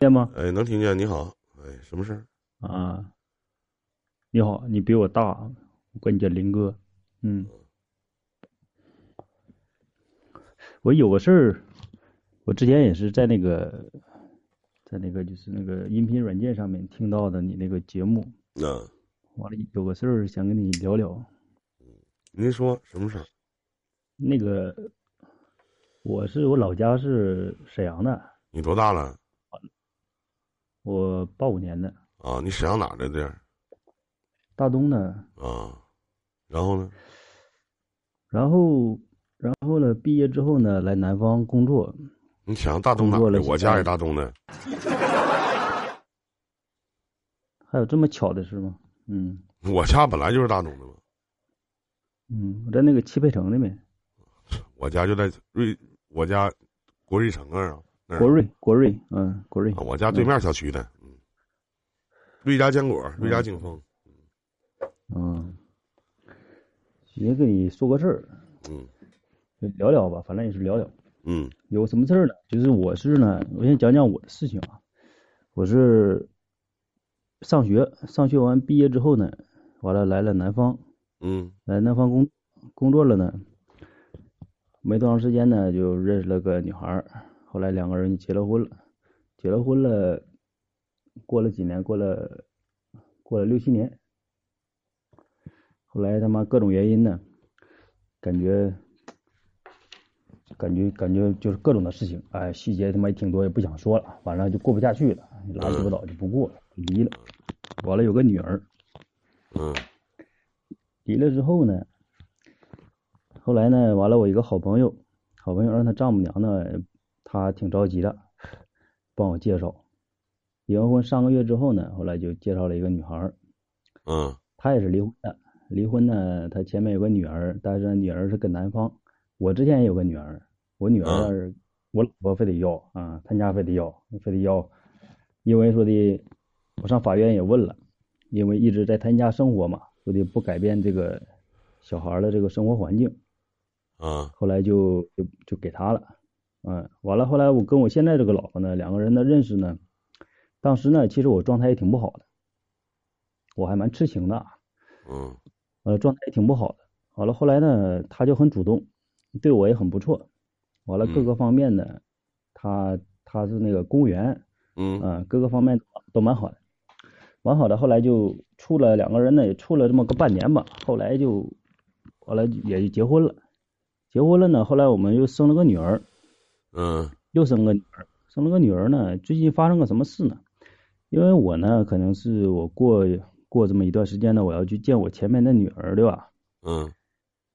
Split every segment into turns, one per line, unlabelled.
见吗？
哎，能听见，你好，哎，什么事儿？
啊，你好，你比我大，啊我管你叫林哥。嗯，我有个事儿，我之前也是在那个，在那个就是那个音频软件上面听到的你那个节目，
啊，
完了有个事儿想跟你聊聊。
嗯您说什么事儿？
那个，我是我老家是沈阳的，
你多大了？
我八五年的，
啊，你沈阳哪儿的地儿？
大东的。
啊，然后呢？
然后，然后呢，毕业之后呢，来南方工作。
你沈阳大东哪儿
工作
的？
了
我
现在
家也大东的。
还有这么巧的事吗？嗯
我家本来就是大东的嘛，
嗯，我在那个汽配城那边，
我家就在瑞，我家国瑞城那儿啊，那儿
国瑞，国瑞，嗯，国瑞
啊，。我家对面小区的，嗯，瑞家坚果，瑞家景丰，
嗯，也跟你说个事儿，
嗯
就聊聊吧，反正也是聊聊。
嗯
有什么事儿呢？就是我是呢，我先讲讲我的事情啊。我是上学，上学完毕业之后呢，完了来了南方，
嗯
来南呃方工工作了呢，没多长时间呢，就认识了个女孩儿，后来两个人结了婚了，结了婚了，过了几年，过了过了六七年，后来他妈各种原因呢，感觉感觉感觉就是各种的事情，哎，细节他妈也挺多，也不想说了，完了就过不下去了，拉鸡巴倒就不过了，离了，完了有个女儿，
嗯
离了之后呢，后来呢，完了我一个好朋友，好朋友让他丈母娘呢，她挺着急的，帮我介绍。离完婚上个月之后呢，后来就介绍了一个女孩儿，
嗯
她也是离婚的。离婚呢，她前面有个女儿，但是女儿是跟男方。我之前也有个女儿，我女儿
嗯
要是我老婆非得要啊，她家非得要，非得要，因为说的我上法院也问了，因为一直在她家生活嘛，说的不改变这个小孩儿的这个生活环境，
啊
后来就就就给她了，嗯，完了后来我跟我现在这个老婆呢，两个人的认识呢，当时呢其实我状态也挺不好的，我还蛮痴情的啊，
嗯
呃，状态也挺不好的。完了，后来呢，他就很主动，对我也很不错。完了，各
嗯
个方面呢，他他是那个公务员，
嗯
嗯、各个方面都蛮好的，蛮好的。后来就处了两个人呢，也处了这么个半年吧。后来就，后来也就结婚了。结婚了呢，后来我们又生了个女儿，
嗯
又生个女儿，生了个女儿呢。最近发生个什么事呢？因为我呢，可能是我过过这么一段时间呢，我要去见我前面的女儿，对吧？
嗯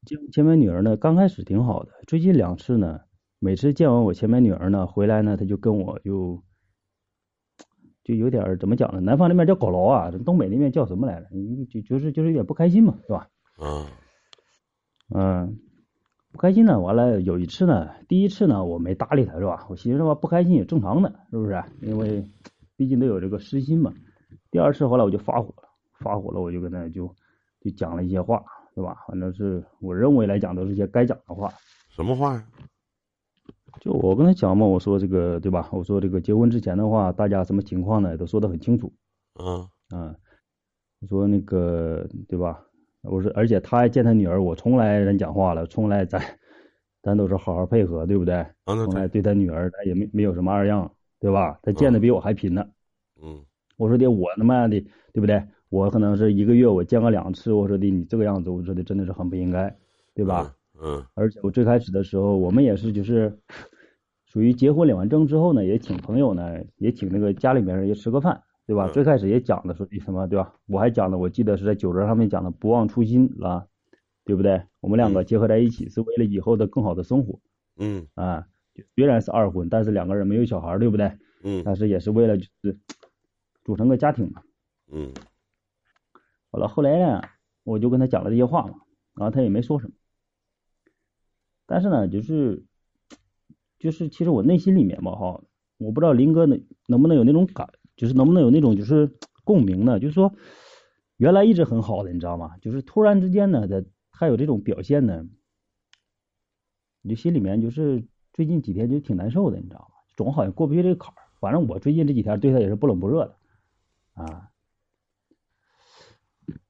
见见完女儿呢，刚开始挺好的，最近两次呢，每次见完我前面女儿呢，回来呢，她就跟我就就有点儿怎么讲呢？南方那边叫搞牢啊，东北那边叫什么来着？你就就是就是有点不开心嘛，是吧？
啊
嗯，不开心呢。完了有一次呢，第一次呢我没搭理她，是吧？我寻思他妈不开心也正常的，是不是？因为毕竟都有这个私心嘛。第二次后来我就发火了，发火了我就跟她就就讲了一些话，对吧？反正是我认为来讲都是一些该讲的话。
什么话呀？
就我跟她讲嘛，我说这个对吧？我说这个结婚之前的话，大家什么情况呢都说得很清楚。
啊
嗯，我说那个对吧？我说，而且他还见他女儿，我从来人讲话了，从来咱咱都是好好配合，对不对？
啊，那
从来
对，
对他女儿，咱也没没有什么二样，对吧？他见的比我还频呢。
嗯
我说的，我他妈的，对不对？我可能是一个月我见个两次，我说的你这个样子，我说的真的是很不应该，对
对
吧？？
嗯
而且我最开始的时候，我们也是就是属于结婚领完证之后呢，也请朋友呢，也请那个家里面人也吃个饭，对吧？
嗯
最开始也讲的说的什么，对吧？我还讲的，我记得是在酒桌上面讲的不忘初心啊，对不对？我们两个
嗯
结合在一起是为了以后的更好的生活
嗯
啊。虽然是二婚，但是两个人没有小孩，对不对？
嗯
但是也是为了就是组成个家庭嘛。
嗯
好了，后来呢，我就跟他讲了这些话嘛，然后他也没说什么。但是呢，就是就是，其实我内心里面嘛，哈，我不知道林哥能能不能有那种感，就是能不能有那种就是共鸣呢？就是说，原来一直很好的，你知道吗？就是突然之间呢，他他有这种表现呢，你就心里面就是最近几天就挺难受的，你知道吗？总好像过不去这个坎儿。反正我最近这几天对他也是不冷不热的，啊，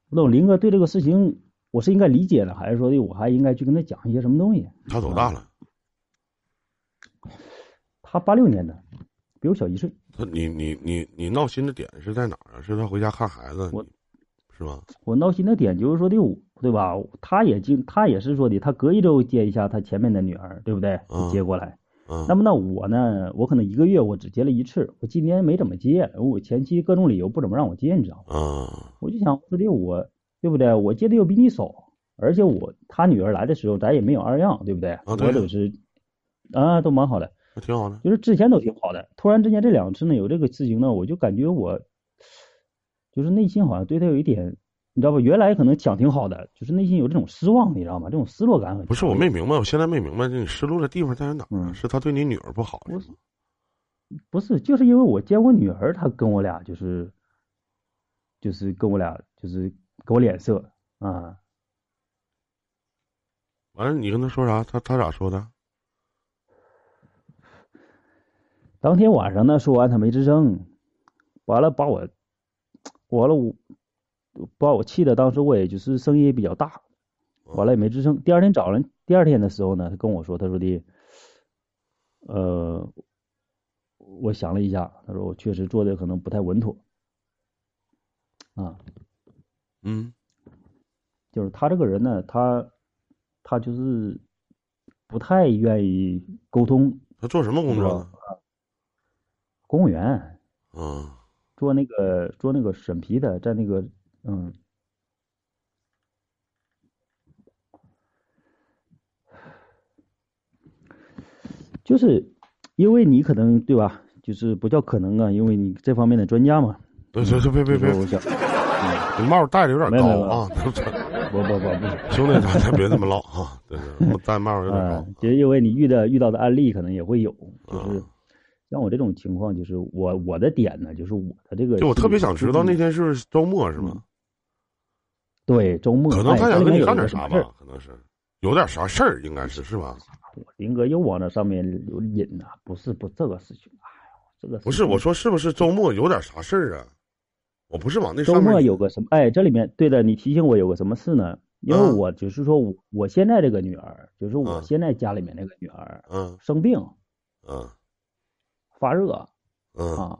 不懂林哥对这个事情，我是应该理解了，还是说的我还应该去跟他讲一些什么东西？
他多大了？
他八六年的，比我小一岁。
他你你你你闹心的点是在哪儿啊？是他回家看孩子
我，
是吧？
我闹心的点就是说的我，对吧？他也经，他也是说的，他隔一周接一下他前面的女儿，对不对？
嗯
接过来。
嗯
那么呢，我呢，我可能一个月我只接了一次，我今年没怎么接，我前期各种理由不怎么让我接，你知道吗？
嗯
我就想，说的我对不对？我接的又比你少，而且我他女儿来的时候，咱也没有二样，对不对？
对
我
呀
都是啊，都蛮好的，
那挺好的。
就是之前都挺好的，突然之间这两次呢有这个事情呢，我就感觉我就是内心好像对他有一点，你知道吧？原来可能想挺好的，就是内心有这种失望，你知道吗？这种失落感很
不是
强
我
烈
没明白，我现在没明白你失落的地方在于哪儿啊？
嗯
是他对你女儿不好是
我
吗？
不是，就是因为我见我女儿，她跟我俩就是，就是跟我俩就是给我脸色啊，
完了，你跟他说啥？他他咋说的？啊
当天晚上呢，说完他没吱声，完了把我，完了我，把我气的，当时我也就是声音也比较大，
嗯
完了也没吱声。第二天早上，第二天的时候呢，他跟我说，他说的，呃，我想了一下，他说我确实做的可能不太稳妥，啊，
嗯
就是他这个人呢，他他就是不太愿意沟通，
他做什么工作啊呢？
公务员
嗯
做那个做那个审批的，在那个嗯，就是因为你可能对吧，就是不叫可能啊，因为你这方面的专家嘛。
对对对，别别
所以说我
别，
想，
你帽戴的有点
没有嗯没有
高啊！
不不不不是，
兄弟，咱咱别这么唠啊！对对，戴帽有点
啊
高，。
就是因为你遇到遇到的案例可能也会有，就是
嗯
像我这种情况，就是我我的点呢，就是我的这个，
就我特别想知道那，天是不是周末是吗？
对周末，
可能他
哎
想
这
跟
里面
你
有
干
一个
点
什么
啥
事儿
吧？可能是有点啥事儿，应该是是吧？
林哥又往那上面有引呐、不是不这个事情，哎呦，这个事情
不是，我说是不是周末有点啥事儿啊？我不是往那
周
上面
末有个什么？哎，这里面对的，你提醒我有个什么事呢？因为
嗯
我只是说我我现在这个女儿，就是我
嗯
现在家里面那个女儿
嗯
生病
嗯
发热
嗯
啊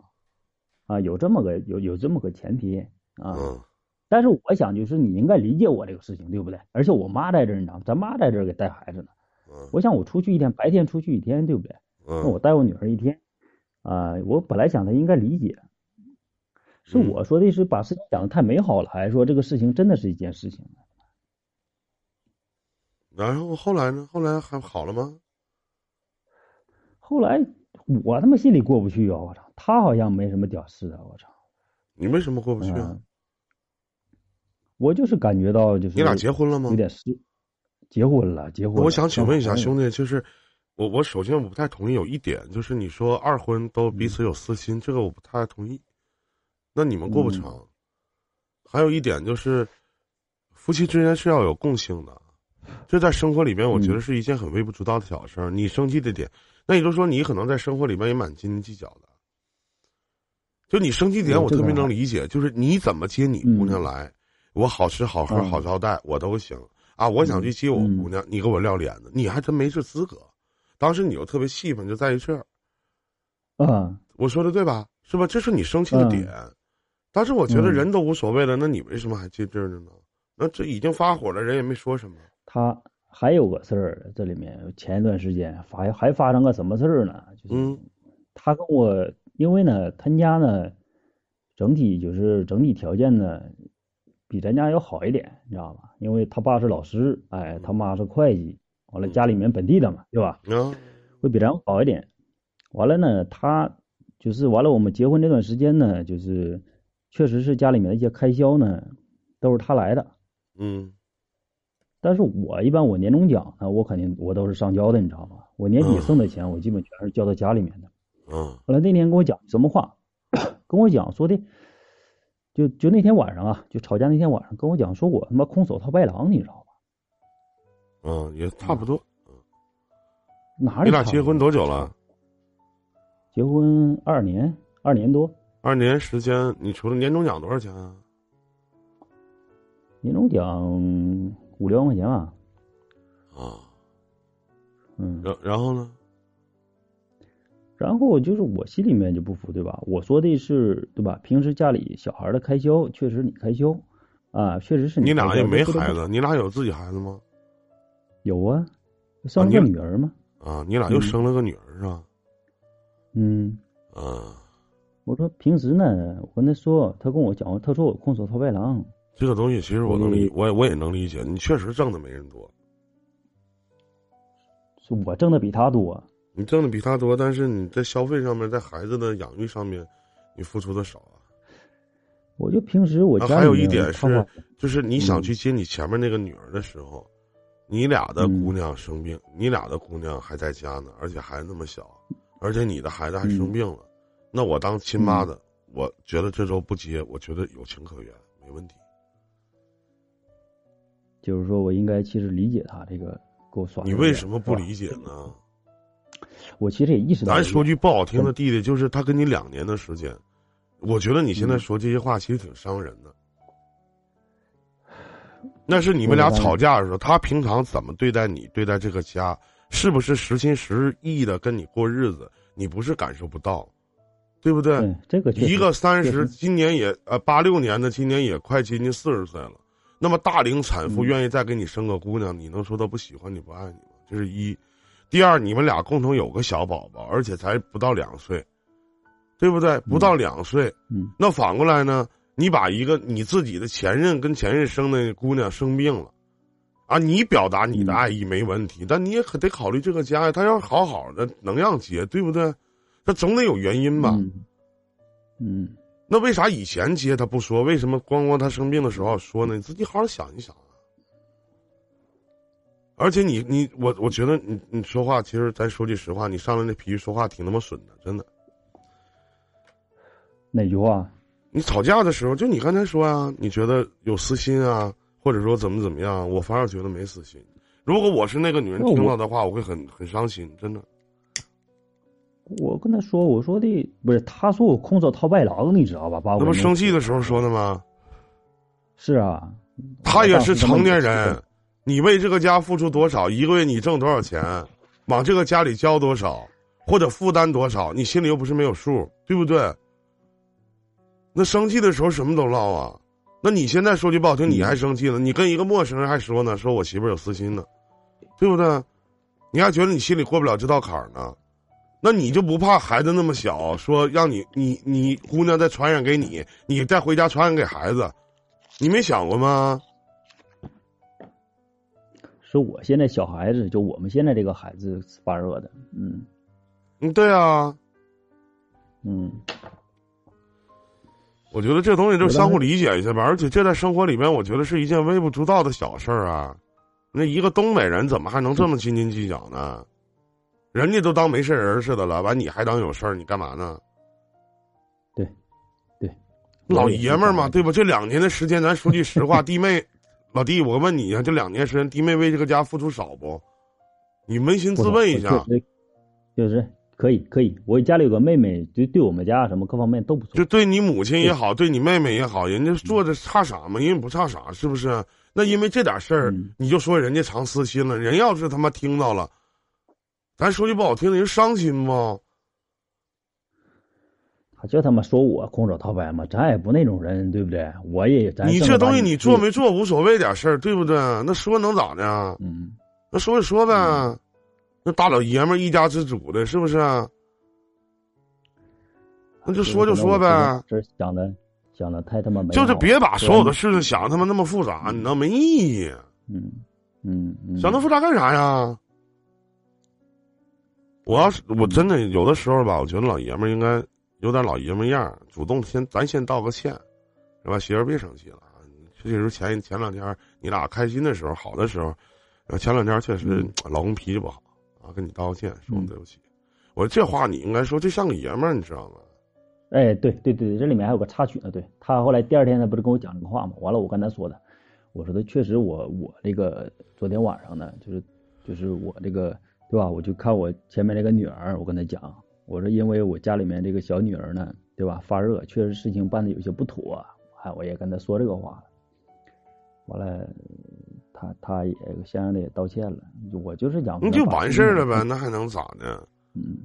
啊，有这么个有有这么个前提啊。
嗯
但是我想，就是你应该理解我这个事情，对不对？而且我妈在这儿呢，咱妈在这儿给带孩子呢。
嗯
我想我出去一天，白天出去一天，对不对？那我
嗯，
带我女儿一天，啊、我本来想她应该理解，是
嗯
我说的是把事情讲的太美好了，还是说这个事情真的是一件事情？
然后后来呢？后来还好了吗？
后来我他妈心里过不去啊！我操，他好像没什么屌事啊！我操，
你为什么过不去啊？
嗯，我就是感觉到就是
你俩结婚了吗
有？点嗯失，结婚了，结婚了。
我想请问一下
当时
兄弟，就是我我首先我不太同意有一点，就是你说二婚都彼
嗯
此有私心，这个我不太同意。那你们过不
嗯
成。还有一点就是，夫妻之间是要有共性的，这在生活里边我
嗯
觉得是一件很微不足道的小事儿。你生气的点，那也就是说你可能在生活里边也蛮斤斤计较的。就你生气点，
嗯
我
这
特
个
别能
还
理解，就是你怎么接你姑娘来，我好吃好喝
嗯
好招待我都行啊。我想去接我
嗯
姑娘，你给我撂脸子，你还真没这资格。当时你又特别气愤，就在于这儿，
嗯，
我说的对吧？是吧？这是你生气的点，但是我觉得
嗯
人都无所谓了，那你为什么还接这儿呢？那这已经发火了，人也没说什么。
他还有个事儿，这里面前一段时间发还发生个什么事儿呢？就是
嗯
他跟我，因为呢，他家呢整体就是整体条件呢比咱家要好一点，你知道吧？因为他爸是老师，哎，他妈是会计，完了家里面本地的嘛，对吧？
啊，
会比咱好一点。完了呢，他就是完了，我们结婚这段时间呢，就是确实是家里面的一些开销呢都是他来的。
嗯
但是我一般我年终奖呢，我肯定我都是上交的，你知道吗？我年底
嗯
剩的钱，我基本全是交到家里面的。
嗯
后来那天跟我讲什么话， 跟我讲说的，就就那天晚上啊，就吵架那天晚上跟我讲说我他妈空手套白狼，你知道吧？
嗯，也差不多。
哪里
你俩
看
结
过
婚多久了？
结婚二年，二年多，
二年时间，你除了年终奖多少钱啊？
年终奖五六万块钱吧。
啊，
嗯，
然然后呢？
然后就是我心里面就不服，对吧？我说的是对吧？平时家里小孩的开销，确实你开销啊，确实是
你
开
俩
销
也没
这不得
孩
不
子，你俩有自己孩子吗？
有啊，生了
哦
个
你
女儿嘛。
啊，你俩又
嗯
生了个女儿是吧？
嗯，
啊，
我说平时呢，我跟他说，他跟我讲，他说我空手套白狼，
这个东西其实我能理，
嗯
我也我也能理解，你确实挣的没人多，
是我挣的比他多。
你挣的比他多，但是你在消费上面，在孩子的养育上面，你付出的少啊。
我就平时我家
啊
里、面
还有一点
插花
是就是你想
嗯
去接你前面那个女儿的时候，你俩的
嗯
姑娘生病，你俩的姑娘还在家呢，而且还那么小，而且你的孩子还
嗯
生病了，那我当亲妈的，我觉得这周不接，我觉得有情可原，没问题。
就是说我应该其实理解他这个给我耍。
你为什么不？理解呢？
我其实也意识到这
咱
个，
说句不好听的，弟弟，就是他跟你两年的时间，我觉得你现在说这些话其实挺伤人的。那是你们俩吵架的时候，他平常怎么对待你，对待这个家，是不是实心实意的跟你过日子？你不是感受不到，对不对？
对这个确实
一个三
确
十，
实
今年也呃八六年的，今年也快接近四十岁了。那么大龄产妇
嗯
愿意再给你生个姑娘，你能说她不喜欢你不爱你吗？这是一。第二，你们俩共同有个小宝宝，而且才不到两岁，对不对？不到两岁，
嗯
那反过来呢？你把一个你自己的前任跟前任生的姑娘生病了，啊，你表达你
嗯
的爱意没问题，但你也可得考虑这个家呀，他要是好好的能让结，对不对？他总得有原因吧？
嗯嗯，
那为啥以前接他不说？为什么光光他生病的时候要说呢？你自己好好想一想啊。而且你你我我觉得你你说话，其实咱说句实话，你上来那脾气说话挺他妈损的，真的。
哪句话？
你吵架的时候，就你刚才说啊，你觉得有私心啊，或者说怎么怎么样，我反而觉得没私心。如果我是那个女人
那我
听到的话，我会很很伤心，真的。
我跟他说，我说的不是，他说我空手套白狼，你知道吧？把我
那不
弄
生气的时候说的吗？
是啊，
他也是成年
我当
人
时，
你为这个家付出多少，一个月你挣多少钱，往这个家里交多少，或者负担多少，你心里又不是没有数，对不对？那生气的时候什么都唠啊。那你现在说句不好听，你还生气呢？你跟一个陌生人还说呢，说我媳妇儿有私心呢，对不对？你还觉得你心里过不了这道坎儿呢？那你就不怕孩子那么小，说让你你你姑娘再传染给你，你再回家传染给孩子，你没想过吗？
是我现在小孩子，就我们现在这个孩子发热的，嗯
嗯，对啊，
嗯，
我觉得这东西就
我当时
相互理解一下吧。而且这在生活里边，我觉得是一件微不足道的小事儿啊。那一个东北人怎么还能这么斤斤计较呢？人家都当没事人似的了，完你还当有事儿，你干嘛呢？
对，对，
老
我也是
爷们儿嘛，
这
对
样
吧？这两年的时间，咱说句实话， 弟妹，老弟，我问你啊，这两年时间，弟妹为这个家付出少不？你扪心
不
自
少
问一下，
确实确实可以可以。我家里有个妹妹，就对我们家什么各方面都不错
就，对你母亲也好，对你妹妹也好，人家做的差啥嘛？人家不差啥，是不是？那因为这点事儿
嗯，
你就说人家藏私心了，人要是他妈听到了，咱说句不好听的，人伤心不？
他就他妈说我空手套白嘛，咱也不那种人，对不对？我也咱
你
正
这
儿八
东西
经
你做没做无所谓点事儿，对不对？那说能咋的？啊
嗯
那说就说呗，那大老爷们儿一家之主的，是不是？啊那就说就说呗，
这想的想的太他妈美好
就
了，
是别把所有的事情想得他妈那么复杂，你知道没意义。
嗯嗯嗯，
想那复杂干啥呀？我要是我真的有的时候吧，我觉得老爷们儿应该有点老爷们儿样儿，主动先咱先道个歉，是吧？媳妇儿别生气了啊。确实前前两天你俩开心的时候，好的时候，呃前两天确实
嗯
老公脾气不好啊，跟你道个歉，说
嗯
对不起。我这话你应该说，这像个爷们儿，你知道吗？
哎，对对对，这里面还有个插曲呢。对他后来第二天他不是跟我讲这个话吗？完了，我跟他说的，我说的确实我我这个昨天晚上呢，就是就是我这个对吧？我就看我前面这个女儿，我跟他讲，我我说因为我家里面这个小女儿呢，对吧，发热，确实事情办的有些不妥、啊，哎，我也跟她说这个话了。完了，她她也先生的也道歉了，我嗯就是想
那就完事儿了呗，那还能咋的？
嗯，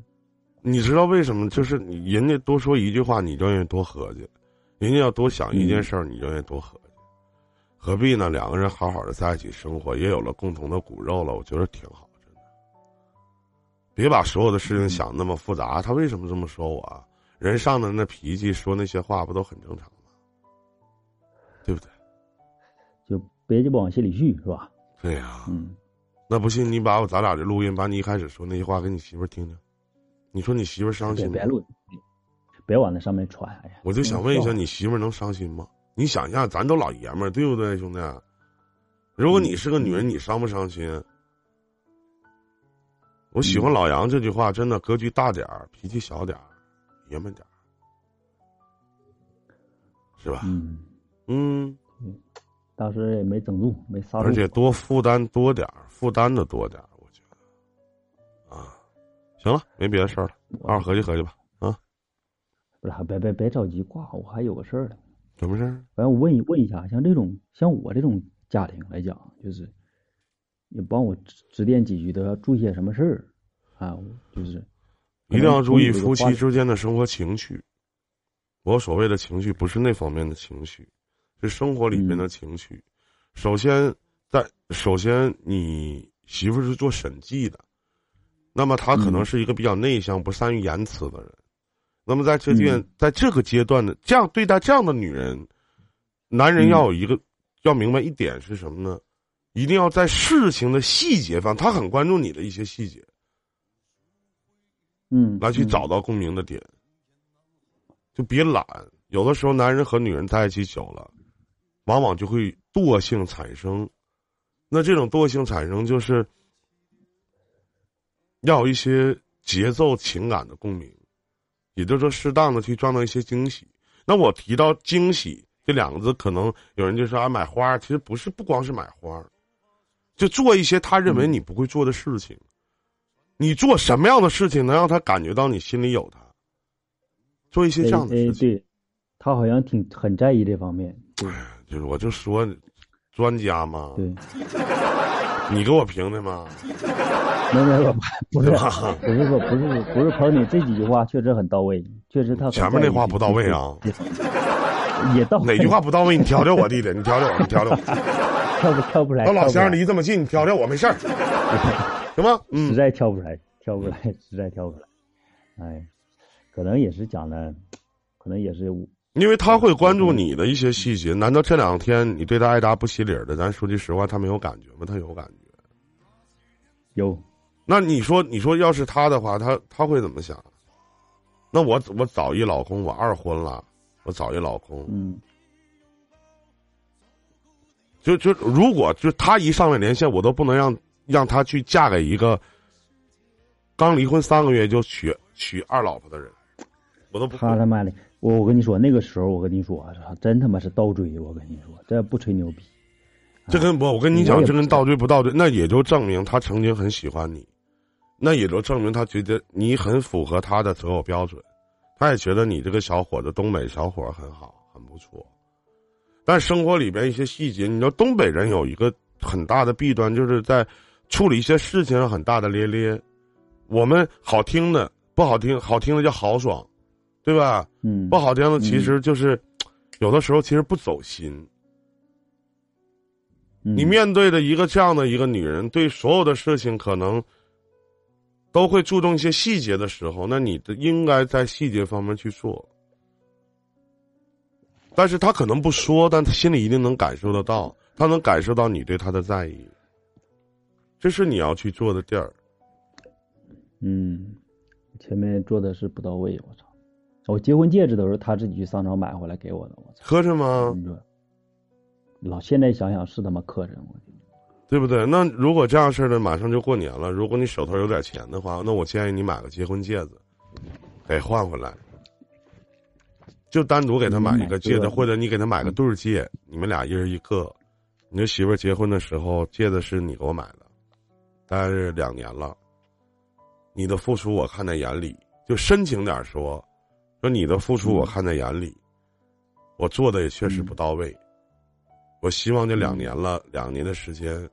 你知道为什么？就是你人家多说一句话，你就愿意多合计；人家要多想一
嗯
件事儿，你就愿意多合计。何必呢？两个人好好的在一起生活，也有了共同的骨肉了，我觉得挺好，真的。别把所有的
嗯
事情想那么复杂。他为什么这么说我啊？人上的那脾气，说那些话，不都很正常吗？对不对？
就别就不往心里去，是吧？
对呀、
嗯，
那不信你把我咱俩的录音，把你一开始说那些话给你媳妇儿听听，你说你媳妇儿伤
别
心吗
别？录，别往那上面传。哎呀，
我就想问一下，
你，
你媳妇儿能伤心吗？你想一下，咱都老爷们儿，对不对，兄弟？啊如果你是个女人，你伤不伤心？我喜欢老杨这句话，真的格局大点儿，脾气小点儿，爷们点儿，是吧？
嗯，
嗯，
当时也没整住，没刹住。
而且多负担多点儿，负担的多点儿，我觉得。啊，行了，没别的事儿了，
我
好好合计合计吧。
不是，别别别着急挂，我还有个事儿呢。
怎么事儿？
反正我问一问一下，像这种像我这种家庭来讲，就是你帮我指指点几句，都要注意些什么事儿啊？我
嗯
就是
一定要注意夫
可能从你
妻
这个话
之间的生活情趣。我所谓的情绪，不是那方面的情绪，是生活里
嗯
面的情绪。首先，在首先，你媳妇儿是做审计的，那么她可能
嗯
是一个比较内向、不善于言辞的人。那么在这阶
嗯
在这个阶段的这样对待这样的女人，男
嗯
人要有一个、要明白一点是什么呢？一定要在事情的细节方，他很关注你的一些细节，
嗯
来去找到共鸣的点，就别懒。有的时候，男人和女人在一起久了，往往就会惰性产生。那这种惰性产生，就是要有一些节奏、情感的共鸣，也就是说，适当的去创造一些惊喜。那我提到惊喜这两个字，可能有人就说啊，买花儿，其实不是，不光是买花儿，就做一些他认为你不会做的事情。你做什么样的事情能让他感觉到你心里有他？做一些这样的
哎
事
哎，
情，
对，他好像挺很在意这方面，
就是我就说专家嘛，
对，
你给我评的 嘛，
没没 没，不是
对吧
不是说不是不是朋友，你这几句话确实很到位，确实他很
前面那
在意
话
这
不到位啊，
这 也到
哪
位
句话不到位？你调调我弟弟，你调调我，你 调调我。
挑不挑不出来，
我老
哎挑不出
乡
来
离这么近，你调调我没事 儿，行吗？
实
嗯，
在挑不出来，挑不出来，实在挑不出来。哎，可能也是讲的，可能也是我
因为他会关注你的一些细节。难道这两天你对他爱答不理儿的？咱说句实话，他没有感觉吗？他有感觉。
有
那你说，你说要是他的话，他他会怎么想？啊那我我找一老公，我二婚了，我找一老公，
嗯
就就如果就他一上来连线，我都不能让让他去嫁给一个刚离婚三个月就娶娶二老婆的人，我都不
他他妈的，我我跟你说，那个时候我跟你说，啊真他妈是倒追，我跟你说，这不吹牛逼。
这跟我我跟你
我
讲，
也
这
不
跟
知道
倒追不倒追，那也就证明他曾经很喜欢你，那也就证明他觉得你很符合他的择偶标准，他也觉得你这个小伙子东北小伙儿很好，很不错。但生活里边一些细节，你知道东北人有一个很大的弊端，就是在处理一些事情上很大的咧咧。我们好听的不好听，好听的叫豪爽，对吧？
嗯，
不好听的其实就是、有的时候其实不走心。
嗯，
你面对的一个这样的一个女人，对所有的事情可能都会注重一些细节的时候，那你的应该在细节方面去做。但是她可能不说，但她心里一定能感受得到，她能感受到你对她的在意，这是你要去做的地儿。
嗯，前面做的是不到位，我操！我结婚戒指都是他自己去商场买回来给我的，我操！
磕碜吗？
你说，老现在想想是他妈磕碜我。
对不对？那如果这样式的，马上就过年了，如果你手头有点钱的话，那我建议你买个结婚戒指，给换回来，就单独给他买一个戒
买
指，
对
或者你给他买个对儿戒，你们俩一人一个。你这媳妇儿结婚的时候，戒指是你给我买的，但是两年了，你的付出我看在眼里，就深情点说，说你的付出
嗯
我看在眼里，我做的也确实不到位，我希望这
嗯
两年了，两年的时间，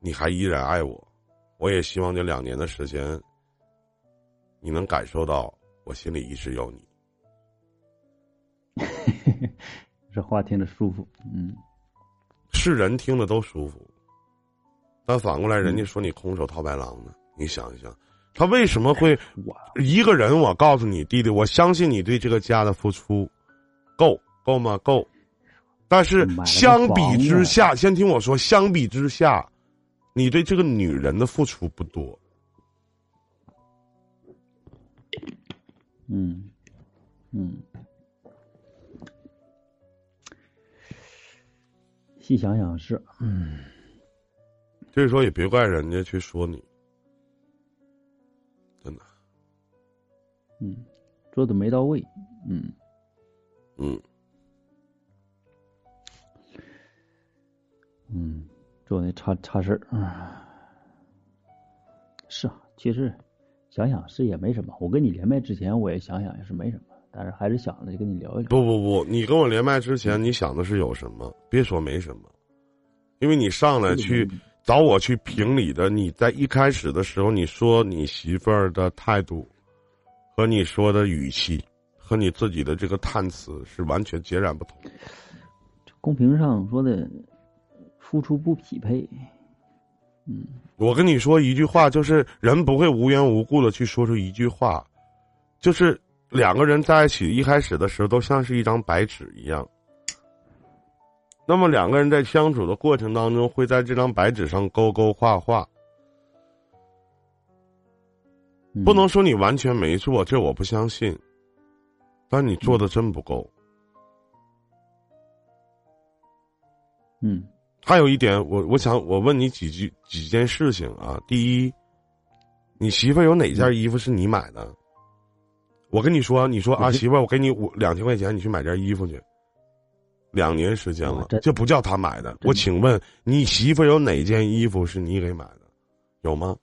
你还依然爱我，我也希望这两年的时间，你能感受到我心里一直有你。
这话听着舒服，嗯，
是人听着都舒服，但反过来人
嗯
家说你空手套白狼呢，你想一想，他为什么会
哎我
一个人，我告诉你，弟弟，我相信你对这个家的付出，够够吗？够。但是
买了个
相比之下，先听我说，相比之下，你对这个女人的付出不多。
嗯嗯，细想想是，
所以说，也别怪人家去说你，真的，
嗯，做的没到位，嗯，
嗯，
嗯，做那差差事儿，啊是啊，其实想想是也没什么。我跟你连麦之前，我也想想也是没什么，但是还是想着就跟你聊一聊。
不不不，你跟我连麦之前，你想的是有什么？别说没什么，因为你上来去
嗯
找我去评理的，你在一开始的时候，你说你媳妇儿的态度，和你说的语气，和你自己的这个叹词是完全截然不同。
公屏上说的付出不匹配，嗯，
我跟你说一句话，就是人不会无缘无故的去说出一句话，就是两个人在一起一开始的时候都像是一张白纸一样。那么两个人在相处的过程当中，会在这张白纸上勾勾画画，
嗯
不能说你完全没做，这我不相信，但你做的真不够。
嗯
还有一点，我我想我问你几句几件事情啊。第一，你媳妇儿有哪件衣服是你买的？我跟你说，你说啊，
我是
媳妇儿，我给你五两千块钱，你去买件衣服去。两年时间了
啊这，
这不叫他买的。
真
我请问你媳妇儿有哪件衣服是你给买的？有吗？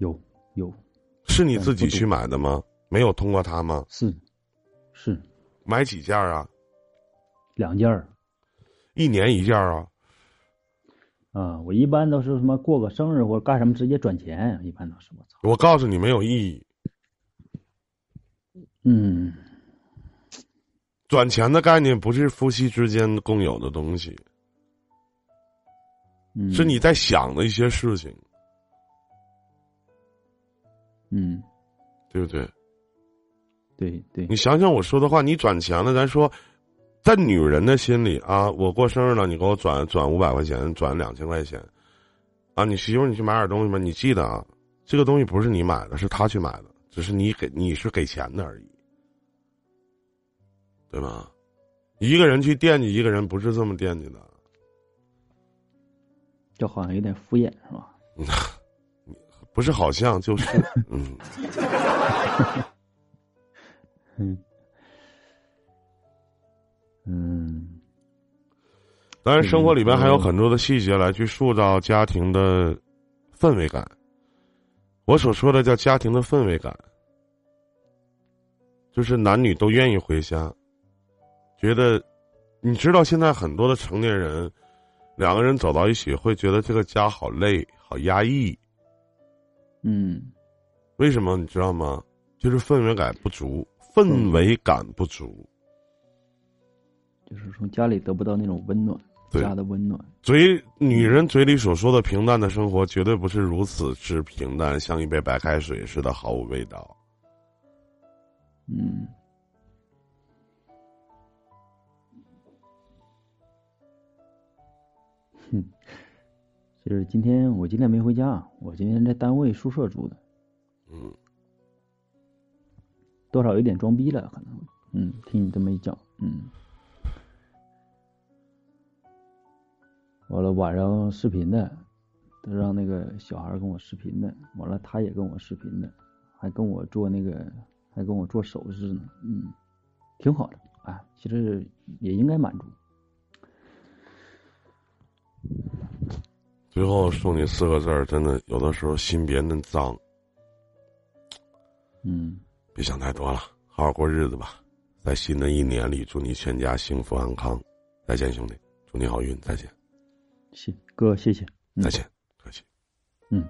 有有
是你
嗯
自己
不多
去买的吗？没有通过他吗？
是是
买几件啊？
两件儿
一年一件啊？
啊，我一般都是什么过个生日或者干什么直接转钱，啊一般都是我操，
我告诉你，没有意义。
嗯
转钱的概念不是夫妻之间共有的东西，
嗯，
是你在想的一些事情，
嗯
对不对？
对对
你想想我说的话，你转钱了，咱说，在女人的心里啊，我过生日了，你给我转转五百块钱，转两千块钱，啊，你媳妇儿你去买点东西吧，你记得啊，这个东西不是你买的，是她去买的，只是你给你是给钱的而已，对吧？一个人去惦记一个人，不是这么惦记的。
这好像有点敷衍是吧？
不是好像就是，嗯，
嗯，嗯，
当然生活里边还有很多的细节来去塑造家庭的氛围感。我所说的叫家庭的氛围感，就是男女都愿意回家，觉得，你知道现在很多的成年人，两个人走到一起会觉得这个家好累、好压抑，
嗯，
为什么你知道吗？就是氛围感不足，氛围感不足，
就是从家里得不到那种温暖，
对
家的温暖。
嘴女人嘴里所说的平淡的生活，绝对不是如此之平淡，像一杯白开水似的毫无味道。
嗯， 哼，就是今天我今天没回家，啊我今天在单位宿舍住的，
嗯，
多少有点装逼了，可能。嗯，听你这么一讲，嗯。完了，晚上视频的，都让那个小孩跟我视频的，完了他也跟我视频的，还跟我做那个，还跟我做手势呢，嗯，挺好的啊，其实也应该满足。
最后送你四个字儿，真的，有的时候心别那么脏。
嗯，
别想太多了，好好过日子吧。在新的一年里，祝你全家幸福安康。再见，兄弟，祝你好运。再见，
谢哥，谢谢，嗯
再见，客气。
嗯。